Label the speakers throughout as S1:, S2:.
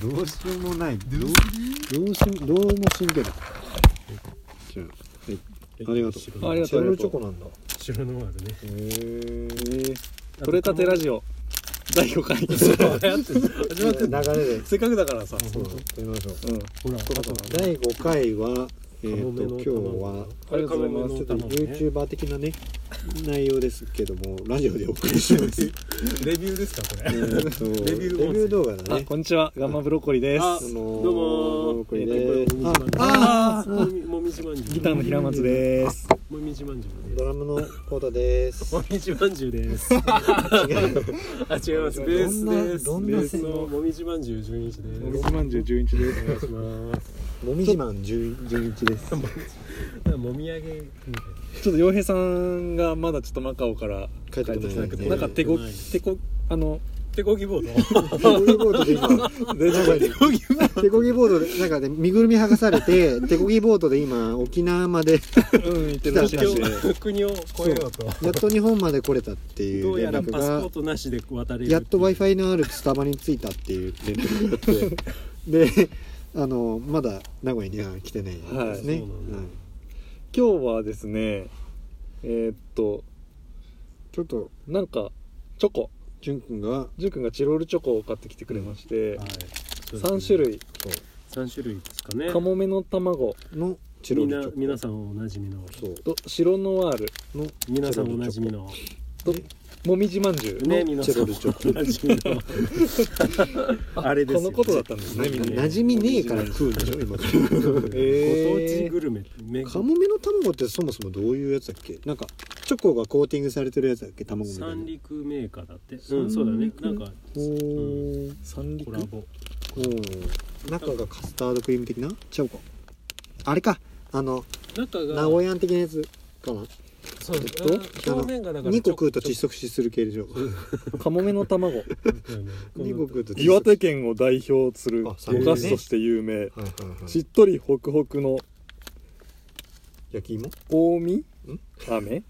S1: どうしようもない。どう
S2: どう
S1: どうしどうも死んでる。じゃあありがとう。
S3: ありがとう
S1: チャルチョコなんだ。
S2: 白のもあるね
S1: へえ。
S3: 取れたてラジオ第5回始まってんの
S1: 流れで。
S3: せっかくだからさ、
S1: そう、やりましょう。
S3: うん、
S2: ほらあと
S1: 第五回は、えっ
S2: カモ
S1: と
S2: メの
S1: 今日は
S2: 卵
S3: あり
S1: ち
S3: がとうござい
S1: ょ
S3: ま
S1: っ
S3: す
S2: の
S1: と
S2: 卵ね
S1: YouTuber 的なね内容ですけどもラジオでお送りします。レ
S2: レビューですかこれ
S1: ビューレビ
S2: 音声
S1: ュー動画だ
S3: あ
S1: ね。
S3: こんにちはガンマブロッコリーです
S1: あの
S2: どうもー
S1: これで
S2: もみじまんじゅう
S3: あ
S2: もみもみじまんじゅう
S3: ギターの平松です
S2: もみじまんじゅうで
S1: ドラムのコータです。
S2: もみじまんじゅうです。 あ、違います。ベースです。
S1: どん
S2: ベ
S1: な
S2: ースのもみじまんじゅう純一です。お
S3: もみじまんじゅう11です
S2: 願いします。
S1: もみじまん純純一です。
S2: もみあげみたい
S3: ちょっと洋平さんがまだちょっとマカオから
S1: 帰ってこない
S3: 帰って
S1: ね
S3: なんか手こ
S2: ない
S3: 手こあの
S2: な。手こぎボード。
S1: 手こぎボードで今、なんかね手こぎボードで、なんかね、身ぐるみ剥がされ て、手こぎボードで今、沖縄まで、
S3: うん言ってるらしい
S1: 来た
S3: で
S1: 来
S3: す
S1: た
S2: 国を越えようと。
S1: やっと日本まで来れたってい
S2: ど
S1: う
S2: うや
S1: 連
S2: ら
S1: 絡
S2: パスポ
S1: が
S2: ー、トなしで渡れる。
S1: やっと Wi-Fi のあるスタバに着いたっていう連絡があ って、で、あの、まだ名古屋には来てないですね。
S2: はいそうなんだ
S1: はい
S3: 今日はですねえーっと
S1: ちょっと、
S3: なんかチョコ
S1: じゅんくんが、
S3: ジュン君がチロルチョコを買ってきてくれまして、
S2: はい。
S3: 三3種。類
S2: 三種類ですかね。
S3: カモメの卵
S1: の、チロ
S2: みん
S1: ルチ
S2: な
S1: ョコ。
S2: 皆さんおなじみの。
S1: そう。
S3: と白ノワール
S1: の、
S2: 皆さんおなじみの。
S3: もみじまんじゅう
S2: ね、皆さんおなじみの。あれです
S3: こ
S2: よ
S3: のことだったんですねみんなね
S1: 馴染みねえから食うんでしょ、今から。
S2: ご当地
S3: え
S2: グルメ、め
S1: カモメの卵ってそもそもどういうやつだっけなんかチョコがコーティングされてるやつだっけ卵みたいな
S2: 三陸メーカーだってうんそうだねなんか
S1: おー三陸
S2: コラボ
S1: うん中がカスタードクリーム的なチョコあれかあの
S2: 中が
S1: 名古屋的なやつかな
S2: そう
S1: えっと
S2: あ表面がだから
S1: 2個食うと窒
S2: ち
S1: 息死する系でしょ
S3: ー、カモメの卵
S1: 2個食うと窒息
S3: 岩手県を代表するお
S1: あ
S3: 菓
S1: そう
S2: ね
S3: 子として有名
S1: はいはいは
S3: し
S1: い
S3: っとりホクホクの
S1: 焼き芋
S3: 近 江飴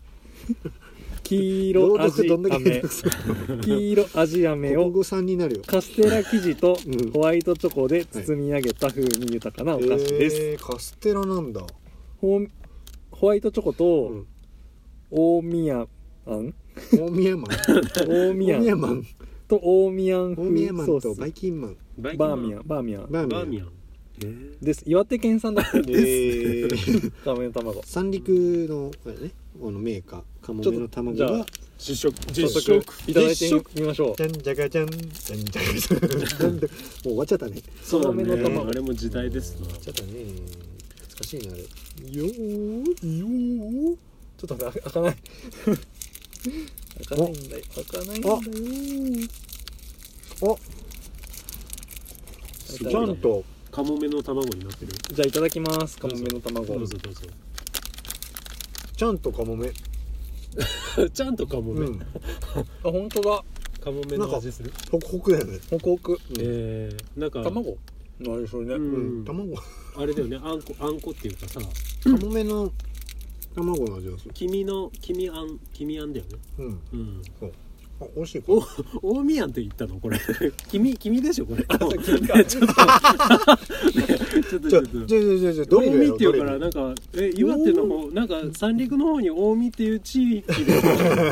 S3: 黄
S1: 朗
S3: 色味
S1: 読どんだけ下手
S3: 飴
S1: くそ
S3: 黄色味飴
S1: 国
S3: を
S1: 語さんになるよ
S3: カステラ生地と
S1: うん
S3: ホワイトチョコで包み上げた風味豊かなお菓子です、
S1: えーカステラなんだ
S3: ホーホワイトチョコと
S1: ん
S3: 大宮あん
S1: 大宮マン
S3: 大
S1: 大
S3: 宮
S1: 宮マン
S3: と大宮風
S1: 大宮マ
S3: ソ
S1: ンとバ
S3: ー
S1: イキンマン
S2: バ
S3: スバーミヤンバーミヤン
S1: バ
S2: バ
S1: ー
S2: ー
S1: ミ
S2: ミ
S1: ヤン
S2: ヤン
S3: です岩手県産だったん
S1: え
S3: です
S1: ー
S3: カモメの卵ち
S1: 三陸のあれねこのメーカーカモメの卵
S3: ちょ
S1: が
S3: っ
S2: 実食
S3: ょ
S2: 実
S3: っと早
S2: 食
S3: 速いただいてみましょ
S1: じゃんじゃかじゃんじゃんじゃかじゃんもう終わっちゃったね
S2: そうだね
S3: カモメの卵
S2: あれも時代ですな
S1: 終わっちゃったね懐かしいなあれよーよー
S3: うちょっと待って開かない開かないんだよ開かないんだよ
S1: お
S2: すごい
S1: ちゃんと
S2: カモメの卵になってる
S3: じゃあいただきますカモメの卵
S2: どうぞどうぞ
S1: ちゃんとカモメ
S2: ちゃんとカモ
S1: う
S2: メ
S1: ん
S3: あ本当だ
S2: カモメの味する
S1: ホクホクやね
S3: ホクホク
S1: うん
S2: えーなんか
S3: 卵何それね
S2: う
S1: うんん卵
S2: あれだよねあんこあんこっていうかさ
S1: カモメの卵の味がする
S2: 黄身の黄身あん黄身あんだよね
S1: うん
S2: うん
S1: あ美味しいこ
S2: お大宮って言ったのこれ 君君でしょこれ ちょっとねちょっと
S1: れ
S2: ち
S1: ち
S2: ょっ
S1: ょ
S2: と
S1: ちょちょちょド
S2: 大
S1: リルや
S2: 見
S1: ろ
S2: ってい
S1: ド
S2: う
S1: リル
S2: からなんかえ岩手の方なんか三陸の方に大見っていう地域で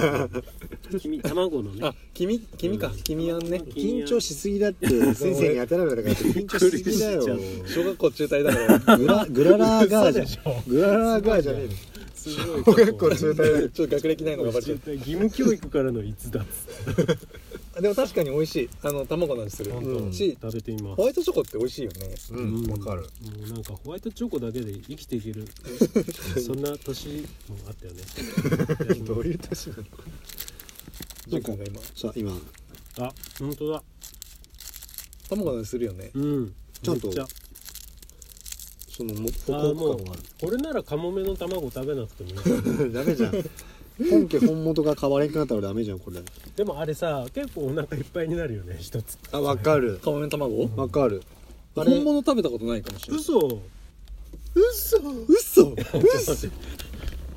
S2: 君卵のね
S3: あ君君か
S2: うん
S3: 君あんね
S1: 緊張しすぎだって先生に当たられたから緊張しすぎだよ
S2: びっく
S3: 小学校中退だから
S1: グラグララーガーじゃん
S2: ょ
S1: グララーガーじゃねえの
S2: すごい
S1: 小学校中退だ
S3: ちょっと学歴ないのがバレちゃっ
S2: 義務教育からの逸脱
S3: たでも確かに美味しいあの卵の味する
S1: 本当
S3: うんし
S2: 食べてみます
S3: ホワイトチョコって美味しいよね
S1: う
S2: うん
S1: んわかる
S2: もうなんかホワイトチョコだけで生きていけ るそんな年もあったよね
S1: どういう年なの
S3: ジュン君が今
S1: さあ今
S2: あ本当だ
S3: 卵の味するよね
S2: うん
S1: ちゃんと
S2: めっ
S1: そのも
S2: あ
S1: ホ
S2: ー
S1: クホク感が
S2: これならカモメの卵食べなくてもいい
S1: あるダメじゃん本家本元が変われんくなったらダメじゃんこれ
S2: でもあれさ結構お腹いっぱいになるよね一つ
S1: あわかる
S3: カモメの卵
S1: わかるあれ
S3: 本物食べたことないかもしれない
S2: 嘘
S1: 嘘嘘嘘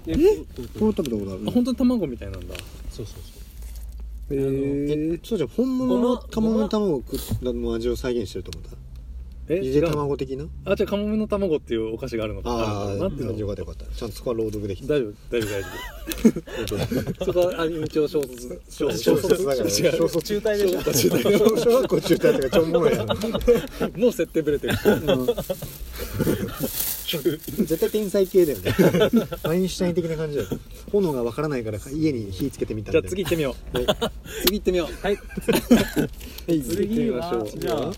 S2: え
S1: これ食べたことある
S3: あ本当に卵みたいなんだ
S2: そうそうそう
S3: へ
S1: え
S3: え
S1: そうじゃん本物
S2: ご
S1: の
S2: ま
S1: 卵の卵を食ったの味を再現してると思った
S3: え
S1: ゆで
S3: 違う
S1: 卵的な
S3: あじゃあカモメの卵っていうお菓子があるのか
S1: ああ
S3: なんていう
S1: よ
S3: の
S1: かったよかったちゃんとそこは朗読できた
S3: 大丈夫大丈夫大丈夫そこはあ一応小卒小
S1: 小卒だから
S3: 違う
S1: 小卒中退
S3: でしょ
S1: 小学小学校中退とかちょんぼろやん
S3: もう設定ぶれてる
S1: 絶対天才系だよ ねアインシュタイン的な感じだよ炎がわからないから家に火つけてみたん
S3: じ
S1: だ
S3: ゃあ
S1: よ
S3: 次行ってみよう次行ってみよう
S2: はい
S1: はい次行って
S2: 次
S1: みましょ
S2: は
S1: う
S2: じゃあ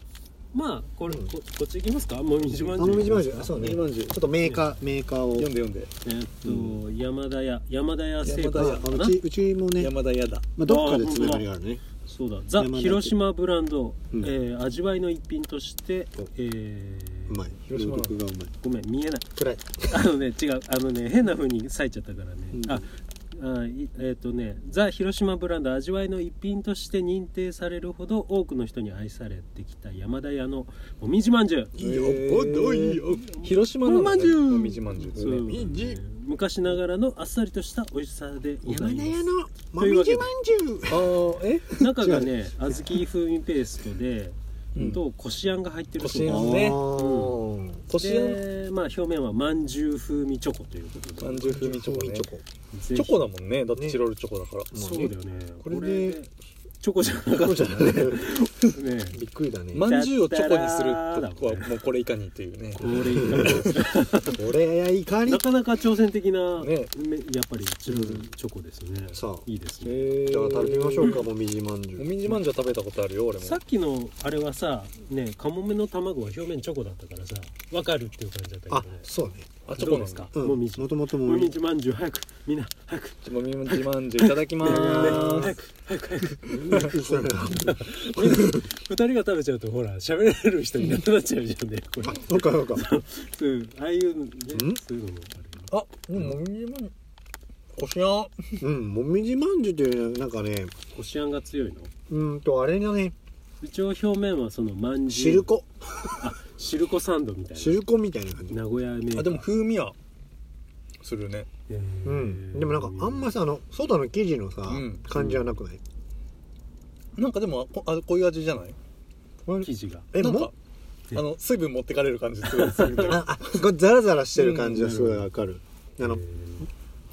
S2: まあこれここっち行きますかもみじまんじ
S1: あ
S2: ゅう
S1: のみじまんじゅうあそうね
S3: み
S1: ち
S3: じ
S1: ょ
S3: まんじゅう
S1: っとメーカーメーカーを
S3: 読んで読んで
S2: えーっと、山田屋山田屋製
S3: 山
S2: 菓
S3: 田
S1: あ
S3: 屋
S2: か
S1: う
S2: な
S1: ちうちもね、
S3: 山田やだ
S1: まあ、どっかでつながりがあるね
S2: そうだザ
S1: 山田屋
S2: 広島ブランド、
S1: うん
S2: えー味わいの一品として
S1: お、
S2: えー
S1: うまい
S3: 広島
S1: 朗読がうまい
S2: ごめん見えない
S1: 暗い
S2: あのね違うあのね変な風に裂いちゃったからね、
S1: うん
S2: ああいえっ、とねザ・広島ブランド味わいの一品として認定されるほど多くの人に愛されてきた山田屋のもみじまんじゅう
S1: いよっぽどいいよ
S3: 広島の
S2: もみじゅう
S3: もみじまんじゅうって
S2: そう
S3: ね
S1: みじ
S2: 昔ながらのあっさりとした美味しさで
S1: 山田屋のも
S2: という
S1: み
S2: わけ
S1: じ
S2: で
S1: まんじゅう
S3: あーえ
S2: 中がね小豆風味ペーストで、
S3: うん
S2: とこしあんが入ってる
S3: こしあんね
S1: あー
S3: こしあん
S2: で、まあ、表面はまんじゅう風味チョコということで
S3: まんじゅう風味チョコね
S1: チョコ
S2: ぜ
S3: チ
S2: ひ
S3: ョコだもんねだってチロルチョコだから
S1: も
S2: そうだよね
S1: これで
S2: こチョコじゃなか
S1: そう
S2: っ
S1: じゃない
S2: たね
S1: びっくりだね、
S3: まんじゅうをチョコにするとはもうこれ以下にというね
S2: これいいな
S1: これやいかに
S2: なかなか挑戦的な、
S3: ね
S2: めやっぱりチロルチョコですね、
S1: さあ
S2: いいですね、
S3: へ
S1: じゃあ食べてみましょう
S3: か
S1: かもみじまんじゅ
S3: も
S1: う
S3: みじまんじゅうは食べたことあるよ俺も
S2: さっきのあれはさねカモメの卵は表面チョコだったからさわかるっていう感じだった
S1: あ
S2: けどね
S1: そうね
S3: あチョ
S2: ど
S3: コ
S2: うで
S3: なん
S2: す
S3: だ
S2: か、
S1: うん
S2: もみじ
S1: もともとも
S2: も
S1: み
S2: み
S1: じ
S2: じまんじゅう早くみんな早く
S3: もみじまんじゅういただきま ーす
S2: 早く早く
S1: そうか
S2: 二人が食べちゃうとほら喋れる人いなくなっちゃうじゃ んねこれ
S1: そうかそうか
S2: そうああいうのね
S1: ん
S2: そういうのもあるよ
S3: あでももみじまんこしあん
S1: うんもみじまんじゅうというよりなんかね
S2: こしあんが強いの
S1: うーんとあれがね
S2: 一応表面はそのまんじゅう
S1: 汁粉
S2: 汁粉サンドみたいな
S1: 汁粉みたいな感じ
S2: 名古屋名
S3: あでも風味はするね
S1: うんでもなんかあんまさあのソダの生地のさ、
S3: うん
S1: 感じはなくない
S3: なんかでもこあこういう味じゃない
S2: 生地が
S1: え
S3: なん
S1: も
S3: かあの水分持ってかれる感じすごいするんだよ
S1: ああこうザラザラしてる感じはすごいわかる、あの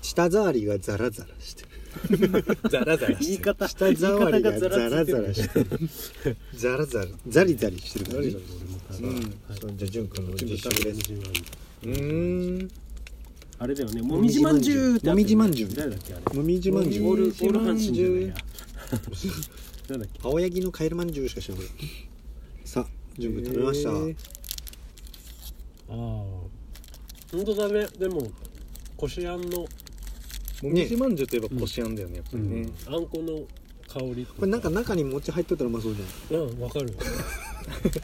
S1: 舌触りがザラザラしてる
S3: ザラザラ
S2: 言
S3: し
S2: い
S3: てる
S2: 方
S1: 舌触りがザラザラ
S2: し
S1: してるザラザラザリザリしてる感じ
S3: うん
S1: そうじゃあ潤君の
S2: てる
S1: 実食です
S3: うーん
S2: あれだよねもみじまんじゅうってあったよ
S1: も
S2: ね
S1: みじまんじゅう
S2: 誰だっけあれ
S1: もみじまんじゅ
S2: オールオ
S1: う
S2: ール阪神じゃないやなんだっけ
S1: 青柳のカエルまんじゅうしか知らないさあ潤君食べました、
S3: へー
S2: ああ本当だねでもこしあんの
S3: もみじまんじゅうといえばこしあんだよねやっぱ
S2: う
S3: りね
S2: んあんこの香り
S1: これなんか中に餅入っとったらうまそうじゃん
S2: うんわ かる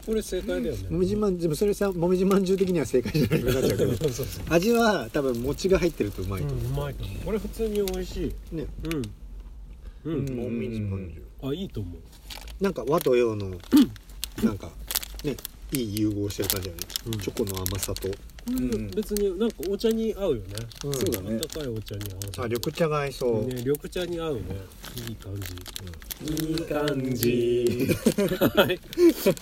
S2: これ正解だよね
S1: もみじまんじゅうでもそれさもみじまんじゅう的には正解じゃないくなっちゃうけ ど
S2: そうそう
S1: 味は多分餅が入ってるとうまい、
S2: うんうまいと思うこれ普通に美味しい
S1: ね
S2: うんう
S3: うんん
S1: もみじまんじゅう
S2: あいいと思う
S1: なんか和と洋のなんかねいい融合してる感じだよね、
S2: うん
S1: チョコの甘さと
S2: これ別になんかお茶に合うよね
S1: うん
S3: そうだね
S2: 温かいお茶に合う
S1: あ緑茶が合いそう、
S2: ね緑茶に合うねいい感じ
S3: いい感じ
S2: はい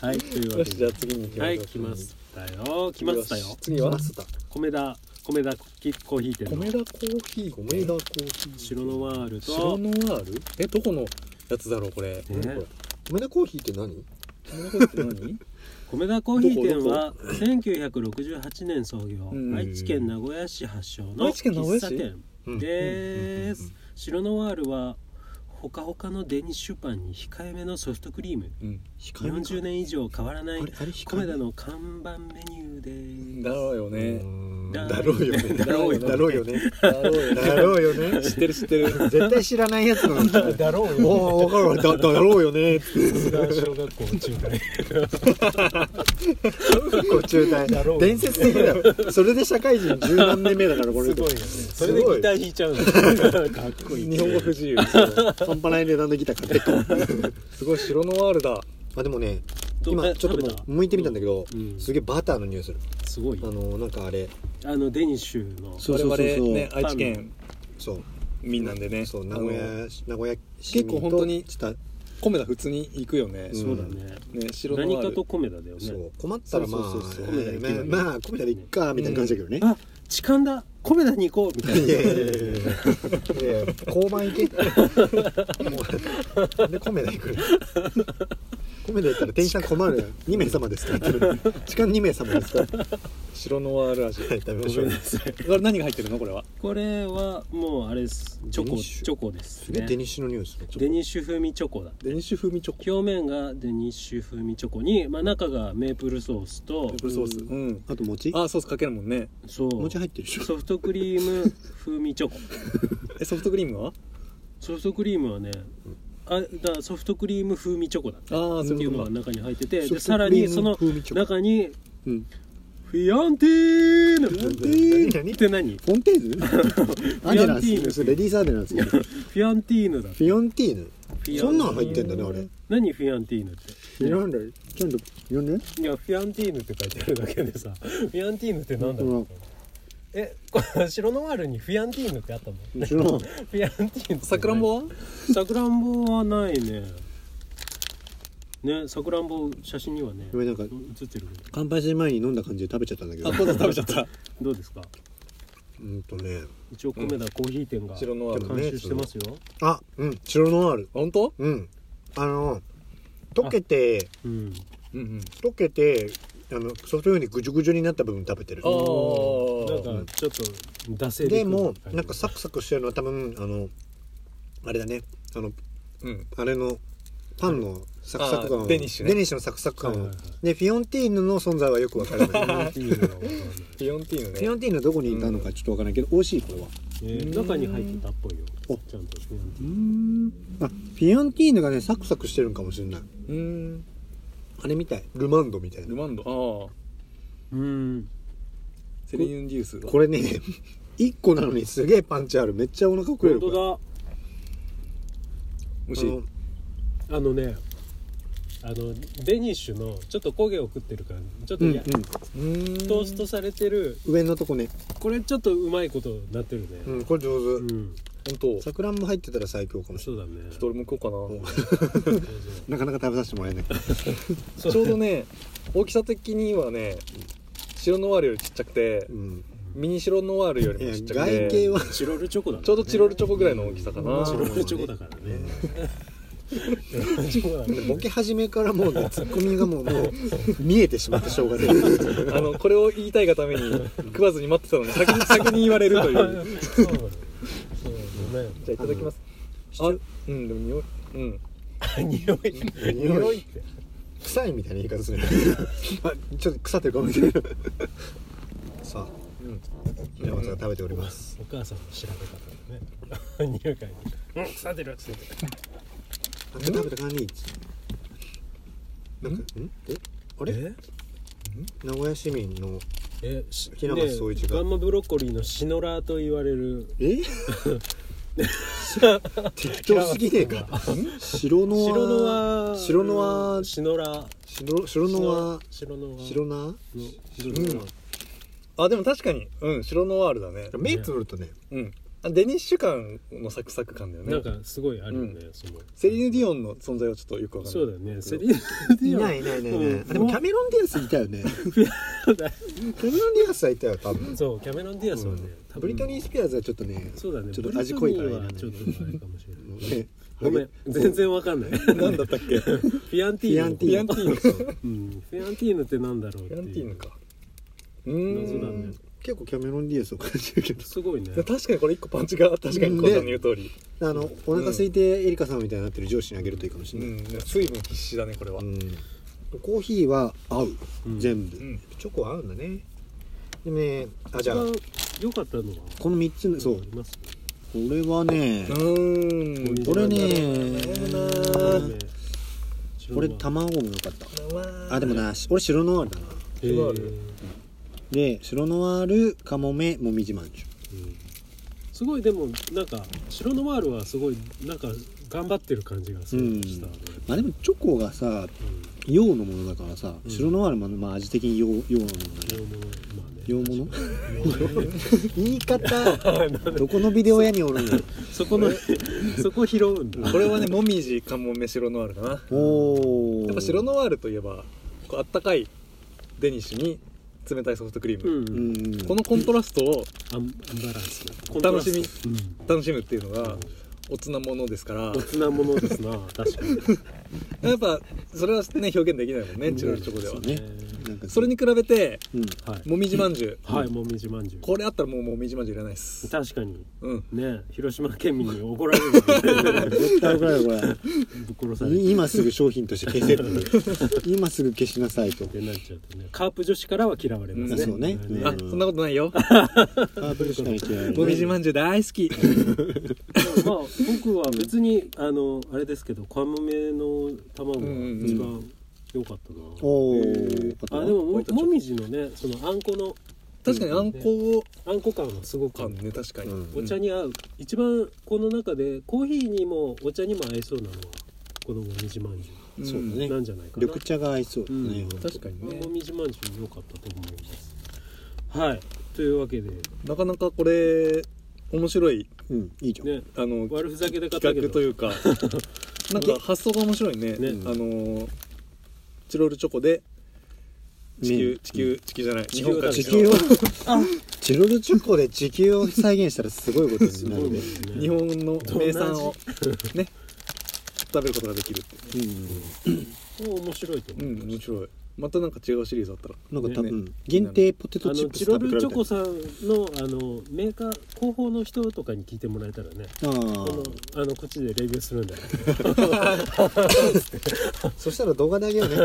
S2: はいというわ
S3: よ
S2: け
S3: しじゃ
S2: で
S3: あ次に行きましょう
S2: はい来ましたよ来ましたよ
S3: し次は
S1: マスター
S2: 米田米田コーヒー店の
S3: 米田コーヒー
S1: コメダコーヒー
S2: 白ノワール
S3: シロ
S2: と
S3: ノワールえどこのやつだろうこれ
S2: ね
S1: コメダコーヒーって何
S3: 米田コーヒーって 何
S2: 米田コーヒー店は1968年創業
S3: うん
S2: 愛知県名古屋市発祥の
S3: 愛知県名古
S2: 喫
S3: 屋
S2: 茶
S3: 市
S2: 店です白ノワールはほかほかのデニッシュパンに控えめのソフトクリーム
S3: うん
S1: 光るか
S2: 40年以上変わらない
S1: あれあれ控えめ
S2: 米田の看板メニューで
S3: だろうよね
S1: うん
S2: だ
S1: だろうよね
S2: だろうよね
S1: だろうよね
S3: だろうよね
S1: だろうよね
S3: 知ってる知ってる
S1: 絶対知らないやつ なんだ
S2: すだろう
S1: おー分かるわだだろうよね
S2: 小学校中退
S1: こう中
S2: だろう
S1: 退
S2: よ
S1: 伝説的だよそれで社会人十何年目だからこれ
S2: すごいよねそれでギター弾いちゃうんだかっこいい
S3: 日本語不自由
S1: 半端ない値段でギター買ってっ
S3: すごい白ノワールだ
S1: たあでもね
S2: どう
S1: 今ちょっ
S2: 食べ
S1: と
S2: た
S1: 向いてみたんだけど
S2: うん
S1: すげえバターの匂いする
S2: すごい
S1: あのなんかあれ
S2: あのデニッシュの
S1: そう
S3: 我
S1: そうそう
S3: 々
S1: そう
S3: ね愛知県
S1: そう
S3: みんなでね
S1: そう名古
S3: あの
S1: 屋名古屋市
S3: 結
S1: 民と
S3: 構本当に
S1: した
S3: 米田普通に行くよね、
S1: うん
S2: そうだね
S3: ね白のある
S2: 何かと米田だよね
S1: そう困ったらまあ
S2: そうそうそう
S1: え
S2: 米田行けばいい
S1: ーまあまあ米田でいっかみたいな感じだけどね、
S2: あ痴漢だ米田に行こうみたい
S1: いやいや
S2: ない
S1: やいやいや交番行けもうで米田行く米田行ったら店員さん困るよ2名様ですから時間2名様ですからは
S3: 白ノワール味
S1: い食べま
S2: ご
S1: しょ
S2: めん
S1: う
S2: なさい
S3: これ何が入ってるのこれは
S2: これはもうあれですチョ
S1: デニ
S2: コ
S1: ッシュ
S2: チョコです
S1: すげえ
S2: ね
S1: デニッシュの匂いですね
S2: デニッシュ風味チョコだ
S3: デニッシュ風味チョコ
S2: 表面がデニッシュ風味チョコに、まあ、中がメープルソースと
S3: メープルソース
S2: う
S3: うんん
S1: あと餅
S3: あソースかけるもんね
S2: そう
S1: 餅入ってるでしょ
S2: ソフトクリーム風味チョコ
S3: えソフトクリームは
S2: ソフトクリームはねあだソフトクリーム風味チョコだ
S3: ああー
S2: っ
S3: そう
S2: て
S3: い
S2: いううの
S3: こ
S2: が
S3: とか
S2: 中に入ってて
S1: ソ
S2: で
S1: フ
S2: さ
S1: ト
S2: ら
S1: クリ
S2: に
S1: ー
S2: そ
S1: ム
S2: の
S1: 風味チョコ
S2: 中に
S1: うん
S2: フィアンティーヌフ
S1: ィアンティーヌ
S2: って何フ
S1: フォンテーヌアデラン
S2: フィアンティーヌ
S1: スそれレディースアデランスフ
S2: ィアンティーヌだ
S1: ィオンティーヌ
S2: フィアンティーヌ
S1: そんなん入ってんだねあれ
S2: 何フィアンティーヌって
S1: いらんだよちゃんと呼んで
S2: いやフィアンティーヌって書いてあるだけでさ フィアンティーヌってなんだろう
S1: うん
S2: えこ れ白ノワールにフィアンティーヌってあったの
S1: もちろん
S2: フィアンティーヌ
S3: さくらんぼは
S2: さくらんぼはないねねさくらんぼ写真にはね
S1: ごめんなんか
S2: 写ってるけど
S1: 乾杯する前に飲んだ感じで食べちゃったんだけど
S3: あ今度食べちゃった
S2: どうですか
S1: うんとね
S2: 一応米田コーヒー店が
S3: 白ノワール
S1: でも
S2: 監
S1: ね
S2: 修してますよ、
S1: あうん白ノワール
S3: 本当
S1: うんあの溶けて
S2: うん
S3: うんうん
S1: 溶けてあのソフトクリームにぐじゅぐじゅになった部分食べてる
S3: あー
S2: なんかちょっと出せる
S1: でもなんかサクサクしてるのは多分あのあれだねあの
S3: うん
S1: あれのパンのサクサク感
S3: あ
S1: を
S3: ーデニッシュね
S1: デニッシュのサクサク感を、
S2: はいはいはい
S1: でフィオンティーヌの存在はよくわから ない
S2: っていうのはわかんない
S3: フィオンティーヌ
S1: フィオ
S3: ね
S1: ンティーヌどこにいたのかちょっとわからないけど美味しいこれは
S2: えー中に入ってたっぽいよ
S1: お
S2: ちゃんとフィアンティー
S1: う
S2: ヌ
S1: んあフィオンティーヌがねサクサクしてるんかもしれないう
S3: ーん
S1: あれみたいルマンドみたい
S3: ル
S1: な
S3: マンドああ
S2: うん
S3: セリーヌ・デュース
S1: これね1個なのにすげえパンチあるめっちゃお腹食え
S2: 本
S1: るこれ
S2: 当
S3: 美味
S1: あ
S3: し
S1: の
S3: い
S2: だあのねあのデニッシュのちょっと焦げを食ってる感じちょっと
S1: うんう
S2: や、
S1: ん
S3: うん
S2: トーストされてる
S1: 上のとこね、
S2: これちょっとうまいことになってるね
S1: うん、これ上
S2: う
S1: 手、
S2: ん、
S3: 本当
S1: さくらんぼ入ってたら最強かもし
S2: そうだね
S3: どれも行こうか
S2: そうそう
S1: れないなかなか食べさせてもらえない
S2: そう
S3: なちょうどね大きさ的にはね白ノワールよりちっちゃくて
S1: うん
S3: ミニ白ノワールよ
S1: い
S3: りも
S1: や
S3: ちっちゃくて
S1: 外形は
S2: チロルチョコだ、ね、
S3: ちょうどチロルチョコぐらいの大きさかな
S2: チロルチョコだからねチロルチョコだね
S1: ボケ始めからもう ねツッコミがもうもう見えてしまってしょうがない
S3: あのこれを言いたいがために食わずに待ってたのに先に先に言われるという
S2: そうだねそうだね
S3: じゃあいただきますあうんでも匂いうん
S2: 匂い
S1: 匂い
S2: って
S1: 臭いみたいな言い方する あちょっと腐ってるかもしれない さあ
S3: うん
S1: 平松が食べております
S2: お母さんの調べ方だね 匂い嗅いでうん腐ってるっつって
S1: あんた食べた感じなんかんえあれ
S2: え
S1: 名古屋市民の
S2: えし
S1: 平松総一が
S2: ガンマブロッコリーのシノラーと言われる
S1: え適当すぎねえか白の
S2: 白ノワ
S1: 白ノワ
S2: シノラ
S1: 白白のは
S2: 白ノワ
S1: 白な
S2: の
S3: あでも確かにうん白ノワールだね
S1: メイプルとね
S3: うんあデニッシュ感のサクサク感だよね
S2: なんかすごいあるよね、その
S3: セリーヌ・ディオンの存在はちょっとよくわかんない
S2: そうだよねセリーヌデ
S1: い
S2: ィオン
S1: ないいないいないいない、
S2: うん
S1: あでもキャメロン・ディアスいたよねキャメロン・ディアスはいたよ多分
S2: そうキャメロン・ディアスはね、多分
S1: ブリトニー・スピアーズはちょっとね
S2: そうだね
S1: ちょっと味濃いからいい
S2: ブ
S1: な
S2: リトニーはちょっとあれかもしれない
S1: ね
S2: ごめん全然わかんない
S3: なんだったっけフ
S2: フィアンテ
S1: フ
S2: ィーヌ
S1: ィアンティ
S3: ィ
S1: ー
S3: アン
S1: ヌ
S3: ティーヌ
S2: うんフィアンティーヌってなんだろうって
S3: フィアンテ
S2: い
S3: ィー
S2: う
S3: ヌかうー
S2: 謎だ
S3: ん
S2: ね
S1: 結構キャメロン・ディアスを感じるけど
S2: すごいね
S3: 確かにこれ一個パンチが確かにこうの言う通り
S1: あのお腹空いてエリカさんみたいになってる上司にあげるといいかもし
S3: う
S1: れない、
S3: ん水分必死だねこれは
S1: うんコーヒーは合う、
S2: うん
S1: 全部、
S3: うん
S1: チョコ合うんだねでねあ
S2: 一
S1: じゃあ
S2: 番良かったのは
S1: この3つのそう
S2: あ
S1: こ
S2: ります
S1: れはね
S3: うん
S1: これね
S3: あ
S2: ね
S1: これ卵も良かったあでも
S3: い
S1: な俺白ノワールだな
S2: えー
S3: ある
S1: で白ノワールカモメもみじまんじゅう
S2: うんすごいでもなんか白のワールはすごいなんか頑張ってる感じがするしたね、
S1: まあでもチョコがさ洋のものだからさ、
S2: うん
S1: 白ノワールも、まあ、味的に洋洋のものだね
S2: う
S1: 洋
S2: ん、
S1: 物
S2: 洋 物まあね
S1: 言い方どこのビデオ屋におるんだ
S2: そこの そこ拾うんだ
S3: これはねもみじかもめ白ノワールかな
S1: おお
S3: やっぱ白ノワールといえばこうあったかいデニッシュに冷たいソフトクリー
S2: う
S3: ム、
S2: ん、
S1: う
S2: うん
S1: ん
S3: このコントラストを
S2: アンアンバランス
S3: お楽しみ
S2: コント
S3: 楽しむっていうのが
S2: ラスト
S3: おつなものですから
S2: うんおつなものですな確かに
S3: やっぱそれはね表現できないもんねチロルチョコでは
S1: そうねなんか
S3: それに比べて
S1: うん
S2: はい、
S3: もみじまんじゅう
S2: はい、もみじまんじゅう
S3: これあったらもうもみじまんじゅういらないです
S2: 確かに
S3: うん
S2: ね広島県民に怒られる
S1: 絶対怒られるこ
S2: ぶっ殺され
S1: れ
S2: る
S1: い今すぐ商品として消せっていう今すぐ消しなさいと
S2: ってなっちゃうとねカープ女子からは嫌われますね,、
S3: うんそう
S1: ね
S3: あ
S1: うん
S3: そんなことないよ
S1: カーブルしか行けない
S3: もみじまんじゅう大好き
S2: でもまあ僕は別にあのあれですけどカモメの卵が一番良かったな、
S1: おお
S2: あでもももみじのねそのあんこの
S3: 確かにあんこ
S2: あんこ感がすごくあ
S3: 感
S2: る
S3: ね確かに、
S1: うん
S2: お茶に合う一番この中でコーヒーにもお茶にも合いそうなのはこのもみじまんじ
S3: うん
S1: そうだ
S2: ゅ
S1: ね
S2: うなんじゃないかな
S1: 緑茶が合いそうだね
S2: うん
S3: 確かにね
S2: もみじまんじゅうも良かったと思いますはいというわけで
S3: なかなかこれ面白い
S1: うんいいじゃん
S2: ね
S3: あの
S2: 悪ふざけで買ったけ
S3: 企画
S2: ど
S3: という かなんか発想が面白いね
S2: ね
S3: あのーチロルチョコで地球、
S1: うん
S3: 地球、地球じゃない
S2: 地球
S3: 日本
S2: を
S3: から
S1: 地球をチロルチョコで地球を再現したらすごいこと
S2: す
S1: にな
S2: ごい
S1: る
S2: で
S1: ね
S2: すね
S3: 日本の名産を
S2: 同
S3: ね食べることができるって
S1: うん
S2: 面白いと思
S3: う
S2: う、
S3: ん面白いまたなんか違うシリーズあったら
S1: なんか多分、
S3: ね
S1: 限定ポテト
S2: あ
S1: チ
S2: の
S1: ップス
S2: チ
S1: 食
S2: ロ
S1: べ
S2: ル
S1: 比べ
S2: チョ
S1: た
S2: コさんのあのメーカー広報の人とかに聞いてもらえたらね
S1: あ
S2: この
S1: ー
S2: あのこっちでレビューするんだよ
S1: そしたら動画であげようね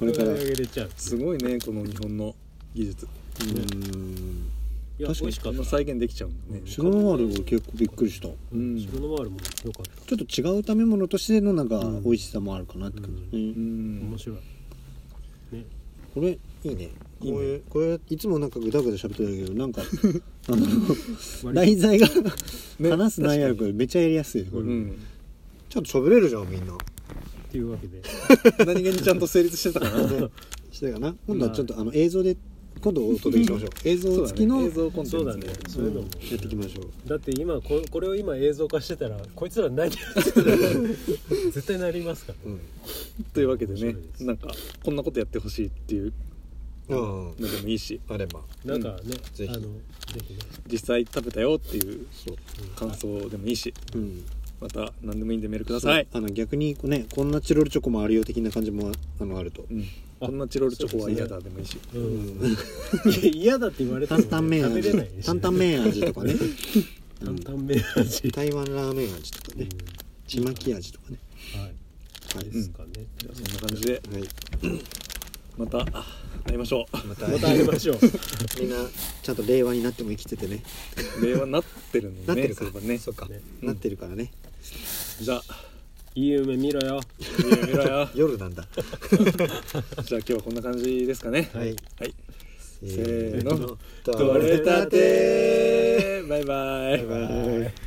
S1: これからう
S2: 上げれちゃう
S3: すごいねこの日本の技術
S1: ーん
S2: いや
S1: 確かに
S2: 美味しか
S3: こ
S2: っ
S3: ん
S2: た
S3: な再現できちゃうんだね
S1: シロノワール俺結構びっくりしたち
S3: うん
S2: 白のワールも良かった
S1: ょっと違う食べ物としてのなんか
S2: うん
S1: 美味しさもあるかなって感じ、ね
S3: うん
S2: 面白いね
S1: これいいねこういうこれいつもなんかグダグダ喋ってるけどなんかあの題材が話す内容がめっちゃやりやすいよこ
S3: う
S1: れ、
S3: ん
S1: ちょっと喋れるじゃんみんな
S2: っていうわけで
S3: 何気にちゃんと成立してた かな
S1: してかな今度はちょっとあの映像で今度お届けしましょう映像付きの、
S3: 映像コンテンツ
S2: そうだねそういうのも
S1: やっていきましょう
S2: だって今ここれを今映像化してたらこいつら何やってたの 絶対なりますから
S1: うん
S3: というわけで
S2: 面
S3: ね
S2: 白いです
S3: なんかこんなことやってほしいっていう
S1: うん
S3: のでもいいし
S1: あれば
S2: なんかね、
S1: ぜひ
S2: あのぜひね
S3: 実際食べたよっていう
S1: そう
S3: 感想でもいいし
S1: うん
S3: また何でもいいんでメールください
S1: そうあの逆にねこんなチロルチョコもあるよ的な感じもあのあると
S3: うんこんなチロルチョコは嫌だでもいいし
S2: う
S1: うんん
S2: いや嫌だって言われても、
S1: 担
S2: ね、
S1: 々麺
S2: 食
S1: 味
S2: べれないし
S1: 担々麺味とかね うん
S2: 担々麺味、
S1: 台湾ラーメン味とか
S2: うん
S1: ねちまき味とかね
S2: はい
S1: はい
S2: ですかね、
S3: じゃあそんな感じで
S1: はい
S3: またあ会いましょ
S1: また
S2: また会いま しょう
S1: みんなちゃんと令和になっても生きててね
S3: う令和になってるのね
S1: なってるか
S3: そういえばね
S1: そうか
S2: ね
S1: なってるからね
S3: じゃあ
S2: いい夢見ろよ
S3: いい夢だよ
S1: 夜なんだ
S3: じゃあ今日はこんな感じですかね
S1: はい
S3: はい
S1: せ
S3: ーの
S1: 取
S3: 取れたてーバイバイ
S1: バイバイ